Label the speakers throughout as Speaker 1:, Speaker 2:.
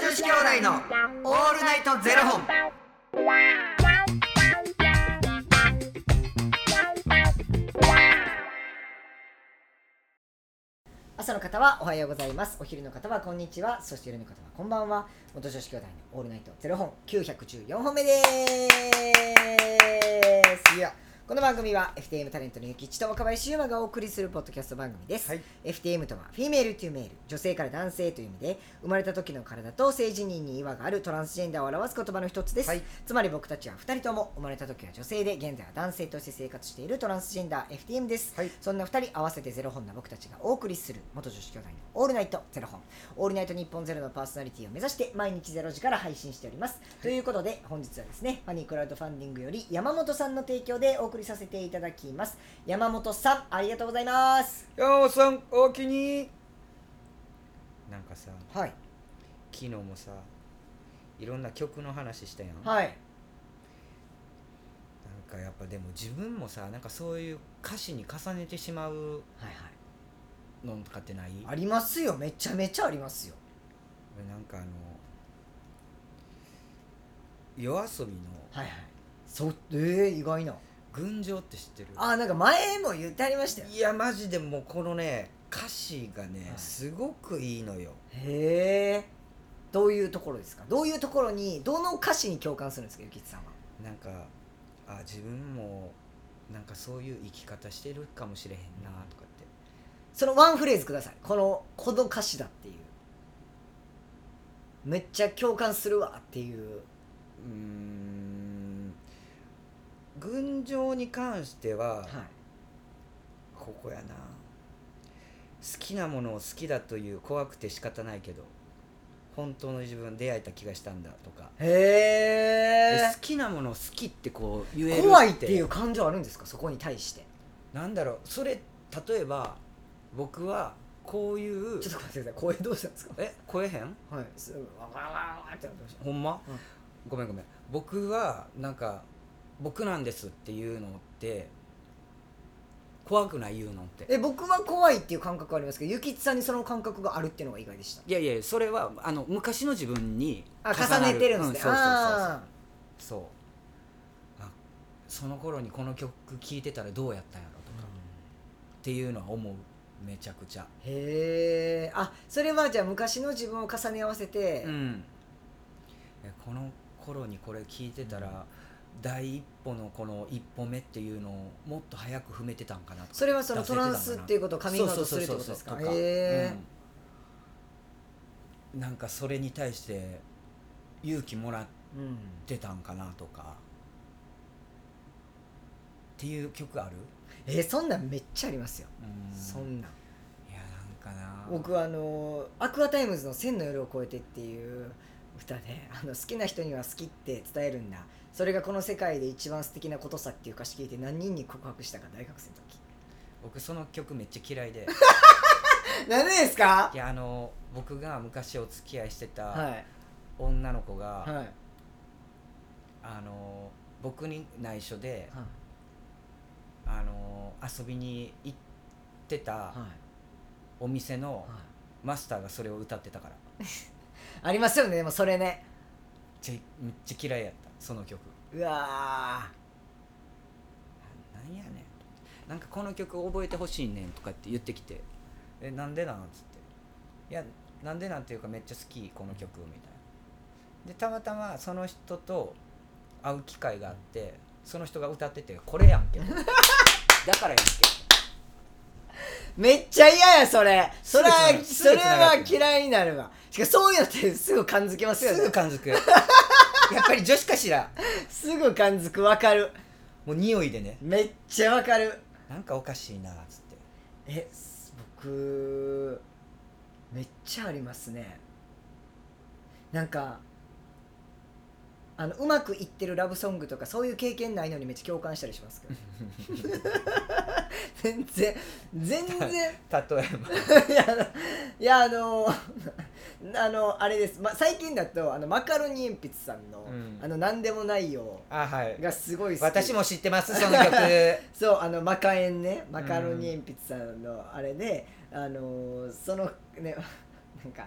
Speaker 1: 子兄弟のオールナイトゼロ本。
Speaker 2: 朝の方はおはようございます。お昼の方はこんにちは。そして夜の方はこんばんは。元女子兄弟のオールナイトゼロ本九百十四本目です。いや、この番組は FTM タレントのゆきちと若林優馬がお送りするポッドキャスト番組です。
Speaker 1: はい
Speaker 2: FTM とはフィメールというメール、女性から男性という意味で、生まれた時の体と性自認に違和があるトランスジェンダーを表す言葉の一つです。
Speaker 1: はい
Speaker 2: つまり僕たちは2人とも生まれた時は女性で現在は男性として生活しているトランスジェンダー FTM です、
Speaker 1: はい
Speaker 2: そんな2人合わせてゼロ本な僕たちがお送りする元女子兄弟の「オールナイトゼロ本」「オールナイト日本ゼロのパーソナリティを目指して毎日ゼロ時から配信しております、ということで本日はですねファニークラウドファンディングより山本さんの提供でお送りさせていただきます山本さんありがとうございます
Speaker 1: 山本さん、お気に。なんかさ、
Speaker 2: はい
Speaker 1: 昨日もさ、いろんな曲の話したやん。なん
Speaker 2: はい
Speaker 1: かやっぱでも自分もさ、なんかそういう歌詞に重ねてしまう
Speaker 2: はいはい
Speaker 1: のとかってない
Speaker 2: ありますよめちゃめちゃありますよ
Speaker 1: 俺なんかあの夜遊びの
Speaker 2: はいはいそえー、意外な
Speaker 1: 群青って知ってる
Speaker 2: あーなんか前も言ってありましたよ
Speaker 1: いやマジでもうこのね歌詞がね、
Speaker 2: はい
Speaker 1: すごくいいのよ
Speaker 2: へえどういうところですかどういうところにどの歌詞に共感するんですかゆきちさんは
Speaker 1: なんかあ自分もなんかそういう生き方してるかもしれへんなとかって
Speaker 2: そのワンフレーズくださいこのこの歌詞だっていうめっちゃ共感するわっていう
Speaker 1: うーん群青に関しては、
Speaker 2: はい
Speaker 1: ここやな好きなものを好きだという怖くて仕方ないけど本当の自分出会えた気がしたんだとか
Speaker 2: へ
Speaker 1: で好きなものを好きってこう言える
Speaker 2: え怖いっていう感情あるんですかそこに対して
Speaker 1: なんだろうそれ例えば僕はこういう
Speaker 2: ちょっとごめんなさい声どうしたんですか
Speaker 1: え超えへん
Speaker 2: はいすわわわわってなってました
Speaker 1: ほんま、
Speaker 2: うん
Speaker 1: ごめんごめん僕はなんか僕なんですっていうのって怖くない言うのって
Speaker 2: え僕は怖いっていう感覚ありますけどゆきちさんにその感覚があるっていうのが意外でした
Speaker 1: いやいやそれはあの昔の自分に
Speaker 2: あ
Speaker 1: な
Speaker 2: 重
Speaker 1: る
Speaker 2: ねてるんですね、
Speaker 1: うそうそうそう
Speaker 2: あ
Speaker 1: そうあその頃にこの曲聴いてたらどうやったんやろと
Speaker 2: ー
Speaker 1: かっていうのは思うめちゃくちゃ
Speaker 2: へえあそれはじゃあ昔の自分を重ね合わせて、
Speaker 1: うんえこの頃にこれ聴いてたら、第一歩のこの一歩目っていうのをもっと早く踏めてたんかなとか
Speaker 2: それはその
Speaker 1: 出
Speaker 2: ト
Speaker 1: せてた
Speaker 2: ラン
Speaker 1: んかな
Speaker 2: スっていうことをカミングアウトするってことですか
Speaker 1: そうそうそうそう
Speaker 2: へえ
Speaker 1: うんなんかそれに対して勇気もらっ
Speaker 2: うん、
Speaker 1: てたんかなとかっていう曲ある、
Speaker 2: えーそんなんめっちゃありますよ、そんなん
Speaker 1: いやなんかな
Speaker 2: 僕はあのーアクアタイムズの「千の夜を越えて」っていう歌で あの好きな人には好きって伝えるんだそれがこの世界で一番素敵なことさっていう歌詞聞いて何人に告白したか大学生の時
Speaker 1: 僕その曲めっちゃ嫌い で
Speaker 2: 何でですか
Speaker 1: いやあの僕が昔お付き合いしてた
Speaker 2: はい
Speaker 1: 女の子が、
Speaker 2: はいはい
Speaker 1: あの僕に内緒で、あの遊びに行ってた
Speaker 2: はい
Speaker 1: お店の
Speaker 2: はい
Speaker 1: マスターがそれを歌ってたから
Speaker 2: ありますよねでもそれね
Speaker 1: ちゃめっちゃ嫌いやったその曲
Speaker 2: うわー
Speaker 1: ななんやねんなんかこの曲覚えてほしいねんとかって言ってきて「えなんでなん?」っつって「いやなんでなん?」ていうかめっちゃ好きこの曲みたいなでたまたまその人と会う機会があってその人が歌ってて「これやん けど」だからやんけ
Speaker 2: めっちゃ嫌やそれそれは
Speaker 1: す
Speaker 2: そ
Speaker 1: ぐ
Speaker 2: れ
Speaker 1: つなが
Speaker 2: は
Speaker 1: る
Speaker 2: 嫌いになるわしかもそういうのってすぐ感づきますよ
Speaker 1: す
Speaker 2: ね
Speaker 1: ぐ感づくやっぱり女子かしら
Speaker 2: すぐ感づくわかる
Speaker 1: もう匂いでね
Speaker 2: めっちゃわかる
Speaker 1: なんかおかしいなっつって
Speaker 2: え僕めっちゃありますねなんかあのうまくいってるラブソングとかそういう経験ないのにめっちゃ共感したりします けど全然全然
Speaker 1: 例 えば
Speaker 2: いやあ のいやあの あのあれです、ま、最近だとあのマカロニ鉛筆さんの「
Speaker 1: うん
Speaker 2: あの何でもないよ
Speaker 1: あはい」
Speaker 2: がすごい好き
Speaker 1: 私も知ってますその 曲
Speaker 2: そうあのマカエンねマカロニ鉛筆さんのあれで、 あのそのねなんか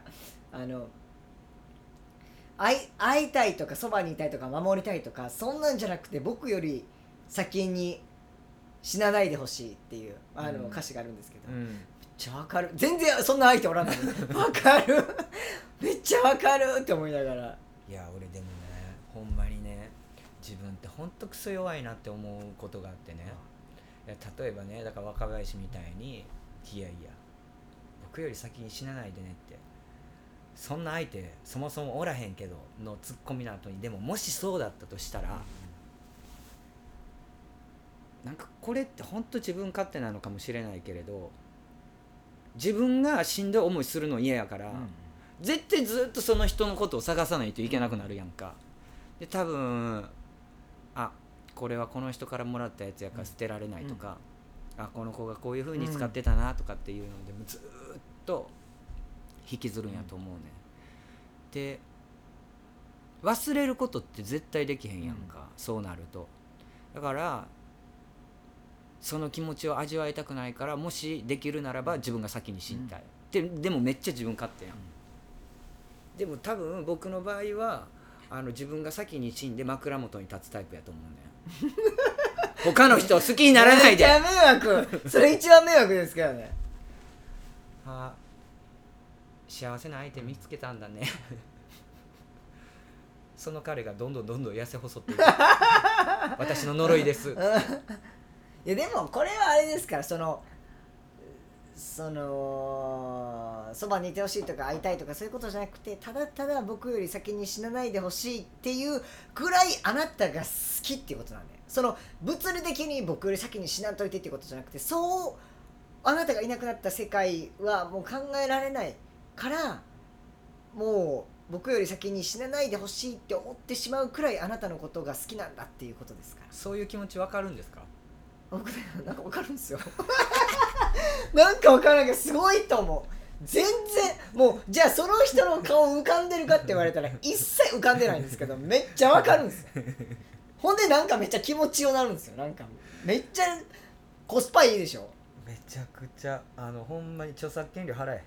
Speaker 2: あの会い会いたいとかそばにいたいとか守りたいとかそんなんじゃなくて僕より先に死なないでほしいっていうあの、
Speaker 1: うん
Speaker 2: 歌詞があるんですけど、
Speaker 1: う
Speaker 2: めっ
Speaker 1: ん
Speaker 2: ちゃわかる全然そんな相手おらんのにわかるめっちゃわかるって思いながら
Speaker 1: いや俺でもねほんまにね自分ってほんとクソ弱いなって思うことがあってねいや例えばねだから若林みたいに「いやいや僕より先に死なないでね」ってそんな相手そもそもおらへんけどのツッコミの後にでももしそうだったとしたら、なんかこれってほんと自分勝手なのかもしれないけれど自分がしんどい思いするの嫌やから、絶対ずっとその人のことを探さないといけなくなるやんかで多分あこれはこの人からもらったやつやから捨てられないとか、あこの子がこういう風に使ってたなとかっていうので、もうずーっと引きずるんやと思うね、で忘れることって絶対できへんやんか、そうなるとだからその気持ちを味わいたくないからもしできるならば自分が先に死にたい、ででもめっちゃ自分勝手やん、でも多分僕の場合はあの自分が先に死んで枕元に立つタイプやと思うね 他の人を好きにならないで
Speaker 2: め っちゃ迷惑それ一番迷惑ですからね
Speaker 1: あ幸せな相手見つけたんだね その彼がどんどんどんどん痩せ細ってい く私の呪い です
Speaker 2: いやでもこれはあれですからそのそのそばにいてほしいとか会いたいとかそういうことじゃなくてただただ僕より先に死なないでほしいっていうぐらいあなたが好きっていうことなんでその物理的に僕より先に死なんといてっていうことじゃなくてそうあなたがいなくなった世界はもう考えられないからもう僕より先に死なないでほしいって思ってしまうくらいあなたのことが好きなんだっていうことですから。
Speaker 1: そういう気持ちわかるんですか
Speaker 2: 僕ねなんかわかるんですよ なんかわからないけどすごいと思う全然もうじゃあその人の顔浮かんでるかって言われたら一切浮かんでないんですけどめっちゃわかるんですよほんでなんかめっちゃ気持ちよなるんですよなんかめっちゃコスパいいでしょ
Speaker 1: めちゃくちゃあのほんまに著作権料払え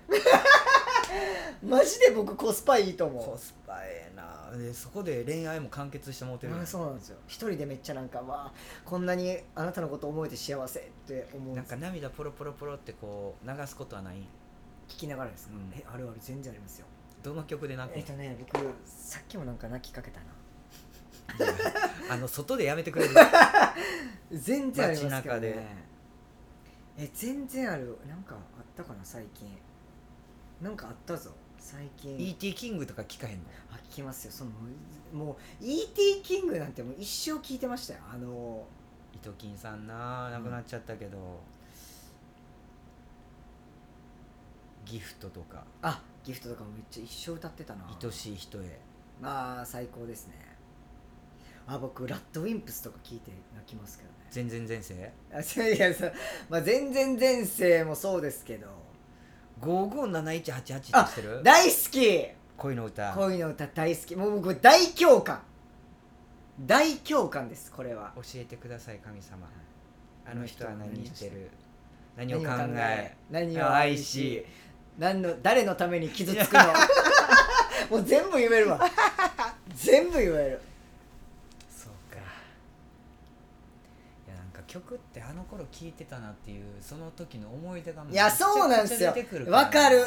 Speaker 2: マジで僕コスパいいと
Speaker 1: コ
Speaker 2: 思
Speaker 1: スパええなでそこで恋愛も完結してもうて
Speaker 2: う
Speaker 1: るやん
Speaker 2: あそうなんですよ一人でめっちゃなんかわあこんなにあなたのこと思えて幸せって思うんで
Speaker 1: なん
Speaker 2: すよ
Speaker 1: か涙ポロポロポロってこう流すことはない
Speaker 2: 聞きながらですか、
Speaker 1: うん
Speaker 2: えあるある全然ありますよ
Speaker 1: どの曲で泣く
Speaker 2: え
Speaker 1: の
Speaker 2: っとね僕さっきもなんか泣きかけたない
Speaker 1: や あの外でやめてくれる
Speaker 2: 全然あり
Speaker 1: 街
Speaker 2: ますけど
Speaker 1: 中で、
Speaker 2: ねえ全然あるなんかあったかな最近なんかあったぞ最近
Speaker 1: E.T. キングとか聞かへんの
Speaker 2: あ聞きますよそのもう E.T. キングなんてもう一生聞いてましたよあの
Speaker 1: 伊藤金さんな亡くなっちゃったけど、ギフトとか
Speaker 2: あギフトとかもめっちゃ一生歌ってたな
Speaker 1: 愛しい人へ
Speaker 2: まあ最高ですねあ僕ラッドウィンプスとか聞いて泣きますけどね
Speaker 1: 全然前世
Speaker 2: あそう いやそう、まあ、全然前世もそうですけど
Speaker 1: 557188って知ってる
Speaker 2: 大好き
Speaker 1: 恋の歌教
Speaker 2: 恋の歌大好きもう僕大共感大共感ですこれは
Speaker 1: えてください神様
Speaker 2: い
Speaker 1: あの人は何してる何を
Speaker 2: 何
Speaker 1: 考
Speaker 2: を考え
Speaker 1: え
Speaker 2: 何を
Speaker 1: 愛
Speaker 2: 愛し
Speaker 1: し
Speaker 2: 何の誰のために傷 つくのもう全部言えるわ全部言える
Speaker 1: そうかいやなんか曲ってあの頃聴いてたなっていうその時の思い出がも
Speaker 2: いやそうなんですよわかる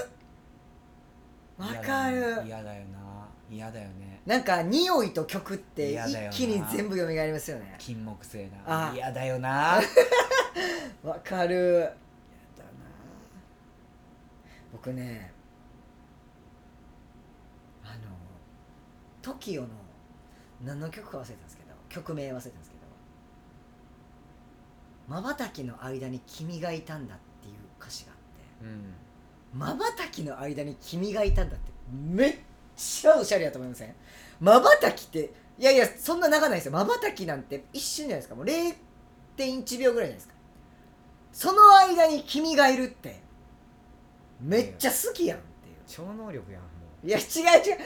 Speaker 2: わかる
Speaker 1: 嫌だよな嫌だよね
Speaker 2: なんか匂いと曲って
Speaker 1: 嫌だよな
Speaker 2: 一気に全部蘇りますよね
Speaker 1: 金木犀
Speaker 2: あ
Speaker 1: な嫌だよ な
Speaker 2: わかる僕ねあの TOKIO の何の曲か忘れたんですけど曲名忘れたんですけど「まばたきの間に君がいたんだ」っていう歌詞があって
Speaker 1: うん
Speaker 2: まばたきの間に君がいたんだってめっちゃおしゃれやと思いませんまばたきっていやいやそんな長ないですよまばたきなんて一瞬じゃないですかもう0.1秒ぐらいじゃないですかその間に君がいるってめっちゃ好きやんっていう
Speaker 1: 超能力やんも
Speaker 2: いや違う違う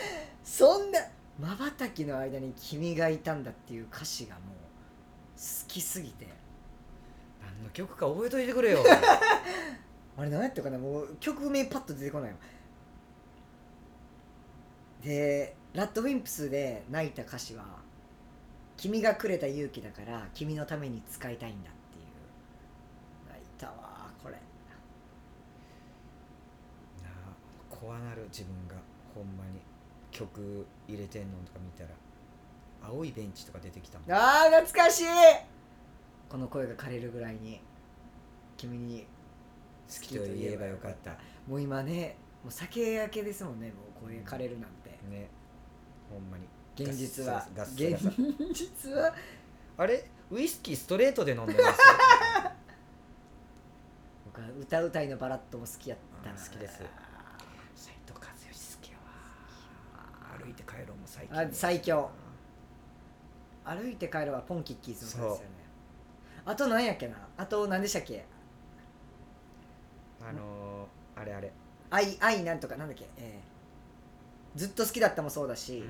Speaker 2: そんなまばたきの間に君がいたんだっていう歌詞がもう好きすぎて
Speaker 1: う何の曲か覚えといてく れよ
Speaker 2: あれ何やったかなもう曲名パッと出てこないわでラッドウィンプスで泣いた歌詞は「君がくれた勇気だから君のために使いたいんだ」っていう泣いたわこれ
Speaker 1: なあ怖なる自分がほんまに曲入れてんのとか見たら青いベンチとか出てきたもん
Speaker 2: あー懐かしいこの声が枯れるぐらいに君に
Speaker 1: 好きと言えばよかった
Speaker 2: もう今ねもう酒明けですもんねもう声枯れるなんて
Speaker 1: ねほんまに
Speaker 2: 現実は
Speaker 1: ガッサ
Speaker 2: 現
Speaker 1: ガサ
Speaker 2: 実は
Speaker 1: あれウイスキーストレートで飲んでます
Speaker 2: 僕は歌うたいのバラッドも好きやったな
Speaker 1: あー好きです斉藤和義好きやわ歩いて帰ろうも最
Speaker 2: あ最強歩いて帰るはポンキッキーズの歌ですよねあと何やっけなあと何でしたっけ
Speaker 1: あのー、あれあれ、
Speaker 2: 愛愛なんとかなんだっけ、えーずっと好きだったもそうだ
Speaker 1: う
Speaker 2: し
Speaker 1: ん、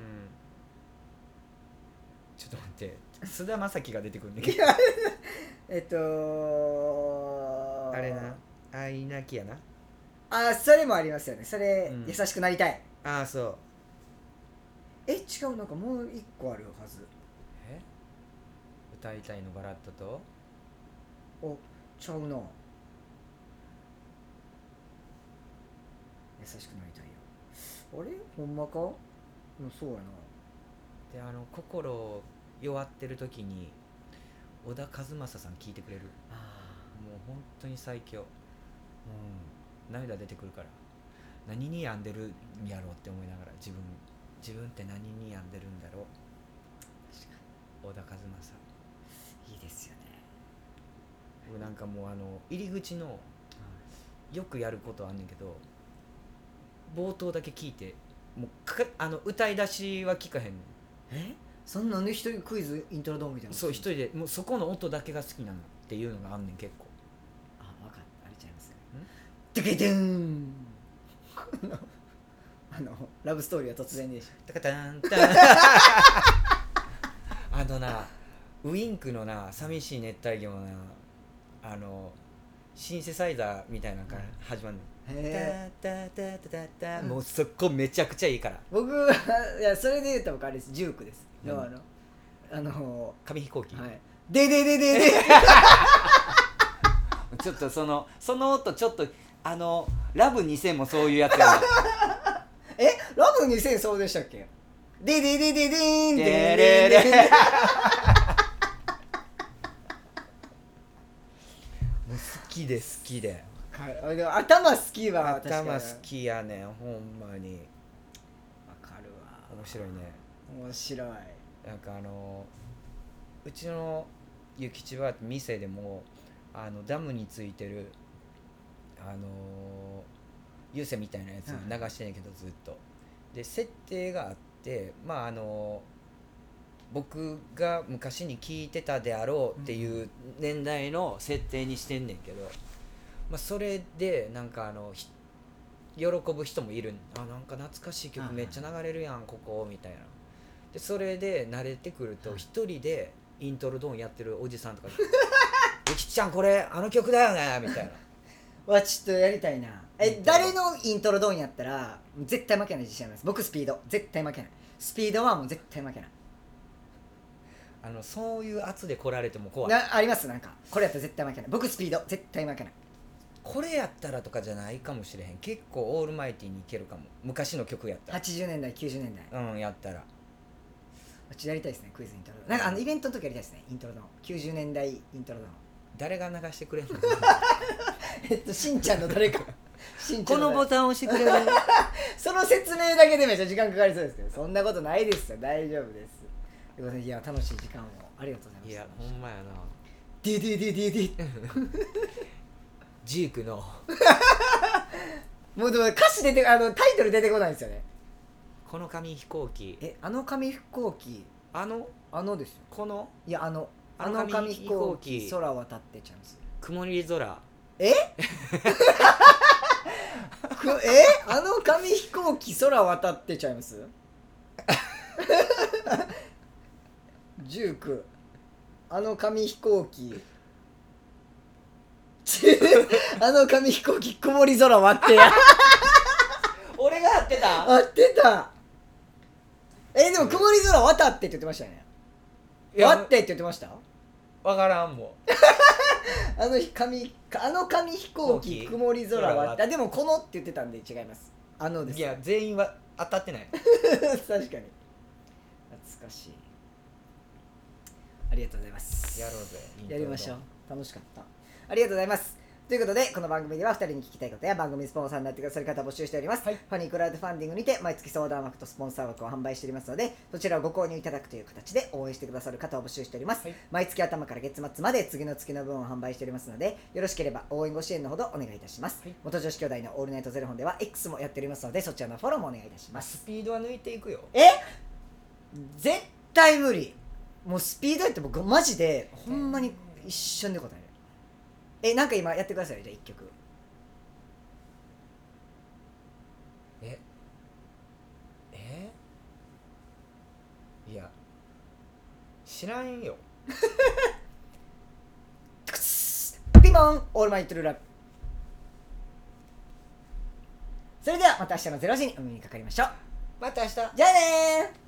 Speaker 1: ちょっと待って菅田将暉が出てくるんだけど
Speaker 2: えっと
Speaker 1: あれな愛なきやな
Speaker 2: あそれもありますよねそれ、
Speaker 1: うん
Speaker 2: 優しくなりたい
Speaker 1: ああそう
Speaker 2: え違うなんかもう一個あるはず
Speaker 1: え歌いたいのバラッドと
Speaker 2: おちゃうな優しくなりたいよあれほんまかうんそうやな
Speaker 1: であの心弱ってる時に小田和正さん聞いてくれる
Speaker 2: あ
Speaker 1: もう本当に最強うん涙出てくるから何に病んでるんやろうって思いながら自分自分って何に病んでるんだろ
Speaker 2: 確か
Speaker 1: う小田和正
Speaker 2: にいいですよね
Speaker 1: 僕なんかもうあの入り口のよくやることあんねんけど冒頭だけ聞いてもうかあの歌い出しは聞かへんねん
Speaker 2: えそんなんで一人クイズイントロドンみたいな
Speaker 1: そう一人でもうそこの音だけが好きなのっていうのがあんねん結構
Speaker 2: あ分かったあれちゃいますドゥケドゥーンあの あのラブストーリーは突然でし
Speaker 1: タカタンタン あのなウインクのな寂しい熱帯魚のなあのシンセサイザーみたいなのから
Speaker 2: うん
Speaker 1: 始まるの、
Speaker 2: ょへえ
Speaker 1: タタタタタタ
Speaker 2: うん
Speaker 1: もうそこめちゃくちゃいいから
Speaker 2: 僕はいやそれで言うと僕あれですジュークです
Speaker 1: 何
Speaker 2: 要はあのあの
Speaker 1: 紙飛行機、
Speaker 2: はいででででで
Speaker 1: ちょっとそのその音ちょっとあのラブ2000もそういうやつ や
Speaker 2: えラブ2000そうでしたっけでででででーんでで
Speaker 1: なで
Speaker 2: で
Speaker 1: れれ
Speaker 2: でで
Speaker 1: もう好きで好きで
Speaker 2: はいあでも頭好きは確かに
Speaker 1: 頭好きやねんほんまに
Speaker 2: わかるわ
Speaker 1: 面白いね
Speaker 2: 面白い
Speaker 1: なんかあのうちの諭吉は店でもあのダムについてるあの湯煎みたいなやつ
Speaker 2: はい
Speaker 1: 流してんやけどずっとで設定があってまああの僕が昔に聞いてたであろうっていう年代の設定にしてんねんけど、まあ、それでなんかあのひ喜ぶ人もいるあなんか懐かしい
Speaker 2: はい
Speaker 1: 曲
Speaker 2: はい
Speaker 1: めっちゃ流れるやんここみたいなでそれで慣れてくると一人でイントロドンやってるおじさんとかに「 ゆきちゃんこれあの曲だよね」みたいな
Speaker 2: わちょっとやりたいな
Speaker 1: う
Speaker 2: え
Speaker 1: ん
Speaker 2: 誰のイントロドンやったら絶対負けない自信あります僕スピード絶対負けないスピードはもう絶対負けない
Speaker 1: あのそういう圧で来られても怖い
Speaker 2: なありますなんかこれやったら絶対負けない僕スピード絶対負けない
Speaker 1: これやったらとかじゃないかもしれへん結構オールマイティにいけるかも昔の曲やったら
Speaker 2: 80年代90年代
Speaker 1: うんやったら
Speaker 2: わちやりたいですねクイズイントロドンなんかあのイベントの時やりたいですねイントロドン90年代イントロドン
Speaker 1: 誰が流してくれるの
Speaker 2: えっとしんちゃんの誰か しんちゃ
Speaker 1: こ
Speaker 2: んの誰
Speaker 1: のボ
Speaker 2: か
Speaker 1: タン押してくれる
Speaker 2: その説明だけでめっちゃ時間かかりそうですけどそんなことないですよ大丈夫ですということでいや楽しい時間をありがとうございま
Speaker 1: い
Speaker 2: した
Speaker 1: やほんまやな
Speaker 2: ディディディディディ
Speaker 1: ジークの
Speaker 2: もうでも歌詞出てあのタイトル出てこないんですよね
Speaker 1: この紙飛行機
Speaker 2: えあの紙飛行機
Speaker 1: あの
Speaker 2: あのですよ
Speaker 1: この
Speaker 2: いやあのあ
Speaker 1: あ
Speaker 2: の
Speaker 1: の
Speaker 2: 紙
Speaker 1: 紙
Speaker 2: 飛
Speaker 1: 飛
Speaker 2: 行
Speaker 1: 行
Speaker 2: 機
Speaker 1: 機
Speaker 2: 空渡ってちゃうんですよ
Speaker 1: 曇り空
Speaker 2: くえあの紙飛行機空渡ってちゃいます 19あの紙飛行 機ちあの紙飛行機曇り 空割ってや
Speaker 1: 俺が合ってた
Speaker 2: 合ってたえでも曇り空渡ってって言ってましたよね
Speaker 3: いや
Speaker 2: 渡ってって言ってました
Speaker 3: わからんも
Speaker 2: あの日紙あの紙飛行機
Speaker 3: 飛行機
Speaker 2: 曇り空
Speaker 3: 空
Speaker 2: は
Speaker 3: は
Speaker 2: あでもこのって言ってたんで違いますあの
Speaker 3: ん
Speaker 2: です
Speaker 3: いや全員は当たってない
Speaker 2: 確かに懐かしいありがとうございます
Speaker 3: やろうぜ
Speaker 2: やりましょう楽しかったありがとうございますということでこの番組では2人に聞きたいことや番組スポンサーになってくださる方を募集しております、ファニークラウドファンディングにて毎月相談枠とスポンサー枠を販売しておりますのでそちらをご購入いただくという形で応援してくださる方を募集しております、
Speaker 3: はい
Speaker 2: 毎月頭から月末まで次の月の分を販売しておりますのでよろしければ応援ご支援のほどお願いいたします、
Speaker 3: はい
Speaker 2: 元女子兄弟のオールナイトゼロ本では X もやっておりますのでそちらのフォローもお願いいたし
Speaker 3: ま
Speaker 2: ま
Speaker 3: あ、
Speaker 2: す
Speaker 3: スピードは抜いていくよ
Speaker 2: え絶対無理もうスピードやって僕マジでほんまに一瞬で答えるえなんか今やってくださいよじゃあ1曲
Speaker 3: ええいや知らんよ
Speaker 2: トゥクスピモンオールマイトゥルーラブそれではまた明日の0時にお耳にかかりましょう
Speaker 3: また明日
Speaker 2: じゃあねー